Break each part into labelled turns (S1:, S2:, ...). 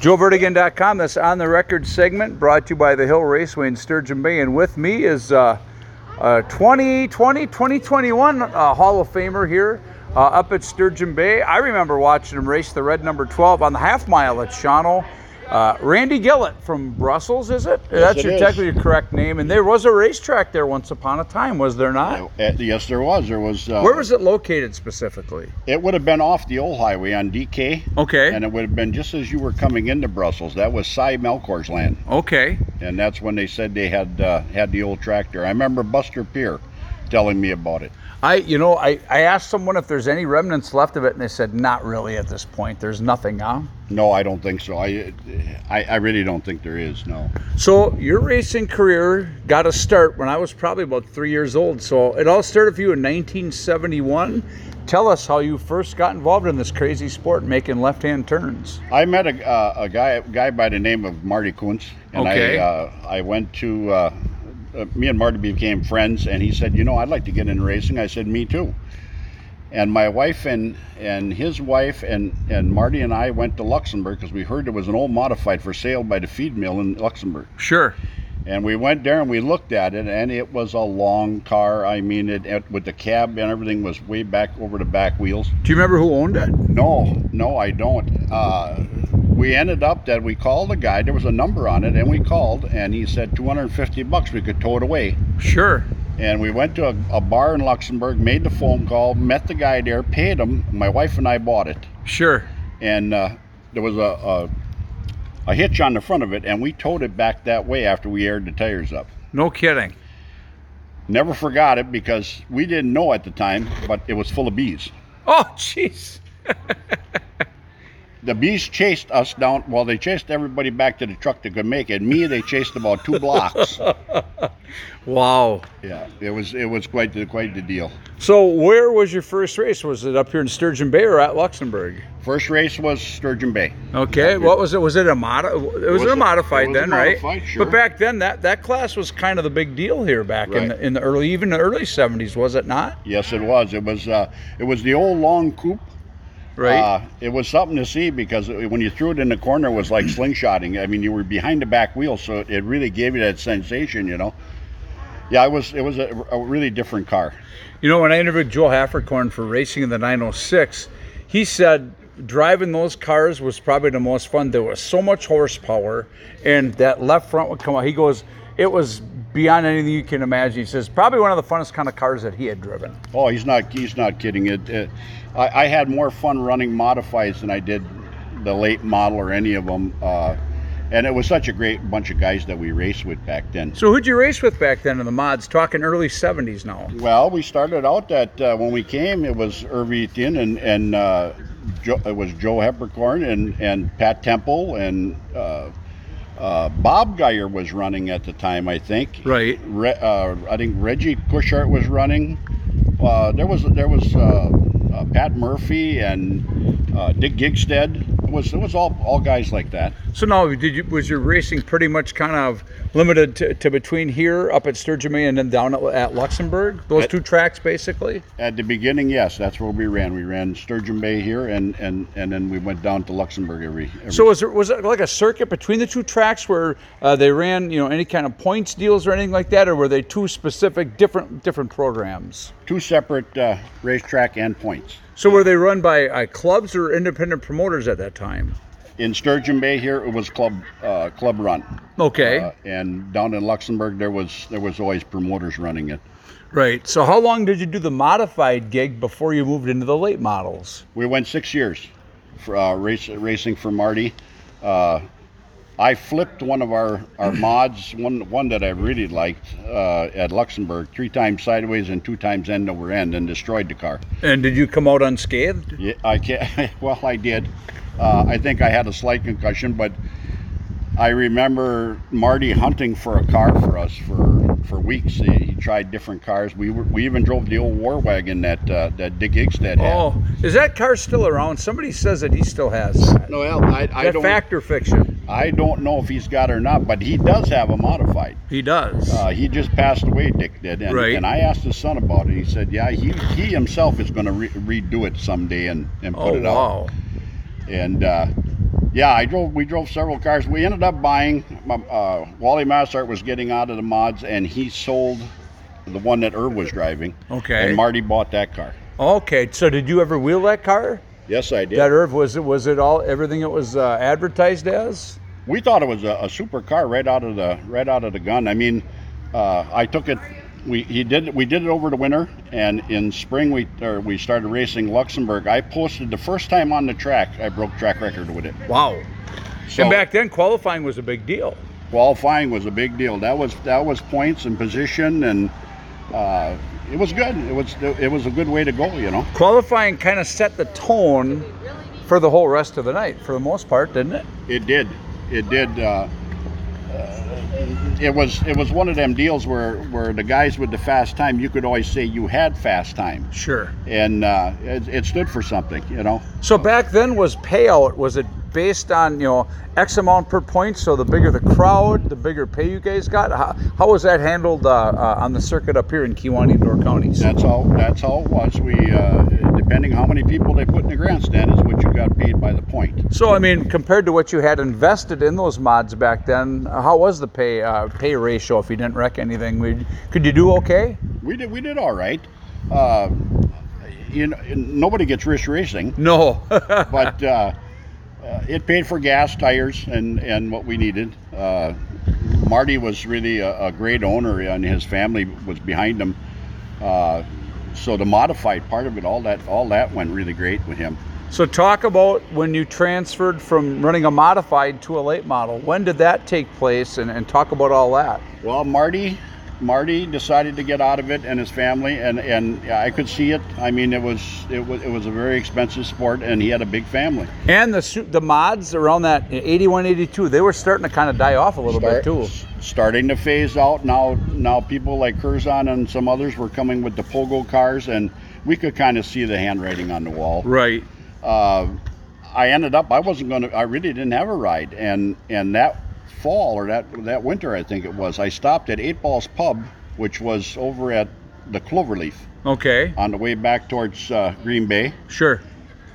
S1: JoeVertigan.com. That's on the record segment brought to you by the Hill Raceway in Sturgeon Bay. And with me is uh, uh, 2020, 2021 uh, Hall of Famer here uh, up at Sturgeon Bay. I remember watching him race the red number 12 on the half mile at Shawnee. Uh, Randy Gillett from Brussels, is it? That's
S2: it
S1: your
S2: is.
S1: technically your correct name. And there was a racetrack there once upon a time, was there not?
S2: Uh, yes, there was. There was. Uh,
S1: Where was it located specifically?
S2: It would have been off the old highway on DK,
S1: Okay.
S2: and it would have been just as you were coming into Brussels. That was Cy Melchor's land,
S1: okay.
S2: and that's when they said they had uh, had the old tractor. I remember Buster Pier telling me about it.
S1: I, you know, I, I asked someone if there's any remnants left of it, and they said, not really at this point. There's nothing, huh?
S2: No, I don't think so. I, I, I really don't think there is. No.
S1: So your racing career got a start when I was probably about three years old. So it all started for you in 1971. Tell us how you first got involved in this crazy sport, making left-hand turns.
S2: I met a, uh, a guy a guy by the name of Marty Kuntz, and
S1: Okay.
S2: I uh, I went to uh, uh, me and Marty became friends, and he said, you know, I'd like to get into racing. I said, me too. And my wife and and his wife and and Marty and I went to Luxembourg because we heard there was an old modified for sale by the feed mill in Luxembourg.
S1: Sure.
S2: And we went there and we looked at it, and it was a long car. I mean, it, it with the cab and everything was way back over the back wheels.
S1: Do you remember who owned it?
S2: No, no, I don't. Uh, we ended up that we called a guy. There was a number on it, and we called, and he said 250 bucks. We could tow it away.
S1: Sure.
S2: And we went to a, a bar in Luxembourg, made the phone call, met the guy there, paid him. My wife and I bought it,
S1: Sure.
S2: and uh, there was a, a a hitch on the front of it, and we towed it back that way after we aired the tires up.
S1: No kidding.
S2: Never forgot it because we didn't know at the time, but it was full of bees.
S1: Oh, jeez.
S2: the bees chased us down. Well, they chased everybody back to the truck that could make it. Me, they chased about two blocks.
S1: Wow.
S2: yeah, it was it was quite the quite the deal.
S1: So where was your first race? Was it up here in Sturgeon Bay or at Luxembourg?
S2: First race was Sturgeon Bay.
S1: Okay, what was it? Was it a mod? It was,
S2: was
S1: a
S2: a-
S1: modified
S2: it was a
S1: then, right?
S2: modified, sure.
S1: But back then, that that class was kind of the big deal here back in
S2: Right.
S1: the in the early, even the early '70s, was it not?
S2: Yes, it was. It was uh, it was the old long coupe.
S1: Right.
S2: Uh, it was something to see because it- when you threw it in the corner, it was like slingshotting. I mean, you were behind the back wheel, so it really gave you that sensation, you know. Yeah, it was it was a, a really different car.
S1: you know, when I interviewed Joel Hafferkorn for racing in the 906, he said driving those cars was probably the most fun. There was so much horsepower, and that left front would come out. He goes, it was beyond anything you can imagine. He says probably one of the funnest kind of cars that he had driven.
S2: Oh, he's not he's not kidding. It, it I, I had more fun running modifies than I did the late model or any of them. Uh, and it was such a great bunch of guys that we raced with back then.
S1: So who'd you race with back then in the mods? Talking early '70s now.
S2: Well, we started out that uh, when we came, it was Irv Etienne and and uh, Joe, it was Joe Heppercorn and and Pat Temple and. Uh, uh, Bob Geyer was running at the time, I think.
S1: Right.
S2: Re- uh, I think Reggie Cushart was running. Uh, there was there was uh, uh, Pat Murphy and uh, Dick Gigstead. It was it was all all guys like that.
S1: So now, did you was your racing pretty much kind of limited to, to between here up at Sturgeon Bay and then down at, at Luxembourg? Those two tracks, basically.
S2: At the beginning, yes, that's where we ran. We ran Sturgeon Bay here, and and and then we went down to Luxembourg every. every
S1: So was there was it like a circuit between the two tracks where uh, they ran you know any kind of points deals or anything like that, or were they two specific different different programs?
S2: two separate uh, racetrack endpoints.
S1: So were they run by uh, clubs or independent promoters at that time?
S2: In Sturgeon Bay here, it was club uh, club run,
S1: Okay,
S2: uh, and down in Luxembourg there was there was always promoters running it.
S1: right. So how long did you do the modified gig before you moved into the late models?
S2: We went six years for uh, race, racing for Marty. Uh, I flipped one of our, our mods, one one that I really liked uh, at Luxembourg, three times sideways and two times end over end, and destroyed the car.
S1: And did you come out unscathed?
S2: Yeah, I can't. Well, I did. Uh, I think I had a slight concussion, but I remember Marty hunting for a car for us for for weeks. He, he tried different cars. We were, we even drove the old war wagon that uh, that Dick Igstead had.
S1: Oh, is that car still around? Somebody says that he still has that.
S2: No, well, I, I
S1: that
S2: don't.
S1: fact or fiction?
S2: I don't know if he's got it or not, but he does have a modified.
S1: He does.
S2: Uh, he just passed away, Dick did, and,
S1: Right.
S2: and I asked his son about it. He said, "Yeah, he, he himself is going to re- redo it someday and, and put
S1: oh
S2: it out."
S1: wow!
S2: And uh, Yeah, I drove. We drove several cars. We ended up buying. Uh, Wally Massart was getting out of the mods, and he sold the one that Irv was driving.
S1: Okay.
S2: And Marty bought that car.
S1: Okay, so did you ever wheel that car?
S2: Yes, I did.
S1: That Irv was it was it all everything it was uh, advertised as?
S2: we thought it was a, a super car right out of the right out of the gun. I mean, uh, I took it. We he did we did it over the winter, and in spring we or we started racing Luxembourg. I posted the first time on the track. I broke track record with it.
S1: Wow.
S2: So
S1: and back then qualifying was a big deal.
S2: qualifying was a big deal. That was that was points and position, and uh, it was good. It was it was a good way to go. You know.
S1: Qualifying kind of set the tone for the whole rest of the night for the most part, didn't it?
S2: It did. It did. Uh, uh, it was it was one of them deals where where the guys with the fast time you could always say you had fast time
S1: Sure.
S2: and uh, it, it stood for something you know
S1: So back then was payout was it based on, you know, X amount per point, so the bigger the crowd, the bigger pay you guys got? How, how was that handled uh, uh, on the circuit up here in Kewanee and Door counties?
S2: that's all that's all it was we uh, depending how many people they put in the grandstand is what you got paid by the point
S1: So I mean, compared to what you had invested in those mods back then, how was the pay uh, pay ratio? If you didn't wreck anything, We'd, could you do okay?
S2: we did we did all right uh, you know nobody gets rich racing
S1: No.
S2: but uh, uh, it paid for gas, tires, and and what we needed. Uh, Marty was really a, a great owner, and his family was behind him. Uh, so the modified part of it, all that, all that went really great with him.
S1: so talk about when you transferred from running a modified to a late model. When did that take place? And, and talk about all that.
S2: Well, Marty, Marty decided to get out of it, and his family, and and I could see it. I mean, it was it was it was a very expensive sport, and he had a big family.
S1: And the su- the mods around that 81, 82, they were starting to kind of die off a little bit
S2: Start-
S1: too.
S2: s- Starting to phase out now. Now people like Curzon and some others were coming with the pogo cars, and we could kind of see the handwriting on the wall.
S1: Right.
S2: Uh, I ended up. I wasn't going to. I really didn't have a ride, and and that fall or that that winter, I think it was. I stopped at Eight Balls Pub, which was over at the Cloverleaf
S1: Okay.
S2: on the way back towards uh, Green Bay,
S1: Sure.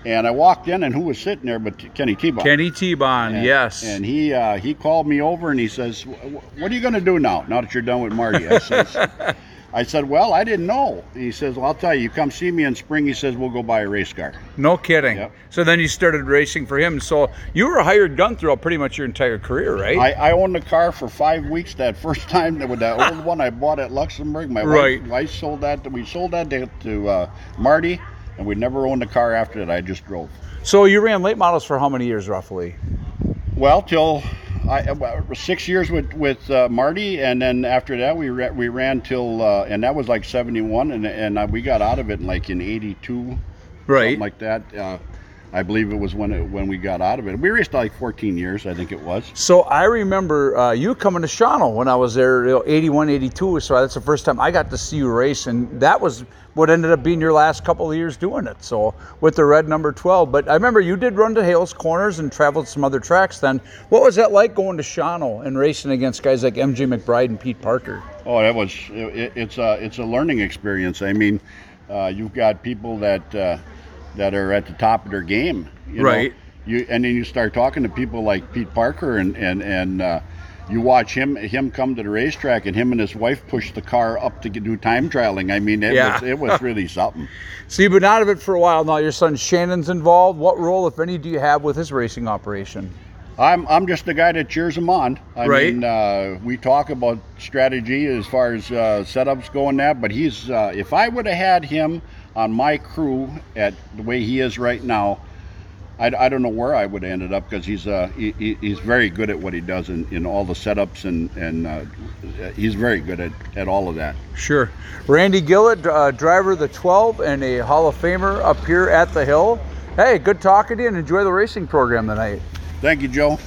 S2: and I walked in, and who was sitting there but Kenny Tebow?
S1: Kenny T-Bond.
S2: And-
S1: yes.
S2: And he uh, he called me over and he says, "Wh- wh- "What are you going to do now? Now that you're done with Marty?" I says, "I said, well, I didn't know." He says, "Well, I'll tell you. You come see me in spring." He says, "We'll go buy a race car."
S1: no kidding.
S2: Yep.
S1: So then you started racing for him. So you were a hired gun throughout pretty much your entire career, right?
S2: I, I owned the car for five weeks. That first time that with that old one I bought at Luxembourg. My wife,
S1: Right.
S2: wife sold that. We sold that to, to uh, Marty, and we never owned a car after that. I just drove.
S1: So you ran late models for how many years roughly?
S2: Well, till I about six years with with uh, Marty, and then after that we ra- we ran till uh, and that was like seventy one, and and uh, we got out of it in like in eighty two, something like that. Uh, I believe it was when it, when we got out of it. We raced like fourteen years, I think it was.
S1: so I remember uh, you coming to Shawano when I was there, you know, 81, 82. So that's the first time I got to see you race, and that was what ended up being your last couple of years doing it. So with the red number 12. But I remember you did run to Hales Corners and traveled some other tracks then. What was that like going to Shawano and racing against guys like MJ McBride and Pete Parker?
S2: Oh, that was it, it's a it's a learning experience. I mean, uh, you've got people that uh, that are at the top of their game, you know.
S1: Right.
S2: You and then you start talking to people like Pete Parker and and and uh, you watch him him come to the racetrack and him and his wife push the car up to do time trialing. I mean, it
S1: Yeah.
S2: was it was really something.
S1: So you've been out of it for a while now. Your son Shannon's involved. What role, if any, do you have with his racing operation?
S2: I'm I'm just the guy that cheers them on. I
S1: Right.
S2: mean, uh, we talk about strategy as far as uh, setups go and that, but he's uh, if I would have had him on my crew at the way he is right now, I, I don't know where I would have ended up because he's uh, he, he- he's very good at what he does in, in all the setups and and uh, he's very good at, at all of that.
S1: Sure. Randy Gillett, uh, driver of the 12 and a Hall of Famer up here at the Hill. Hey, good talking to you and enjoy the racing program tonight.
S2: Thank you, Joe.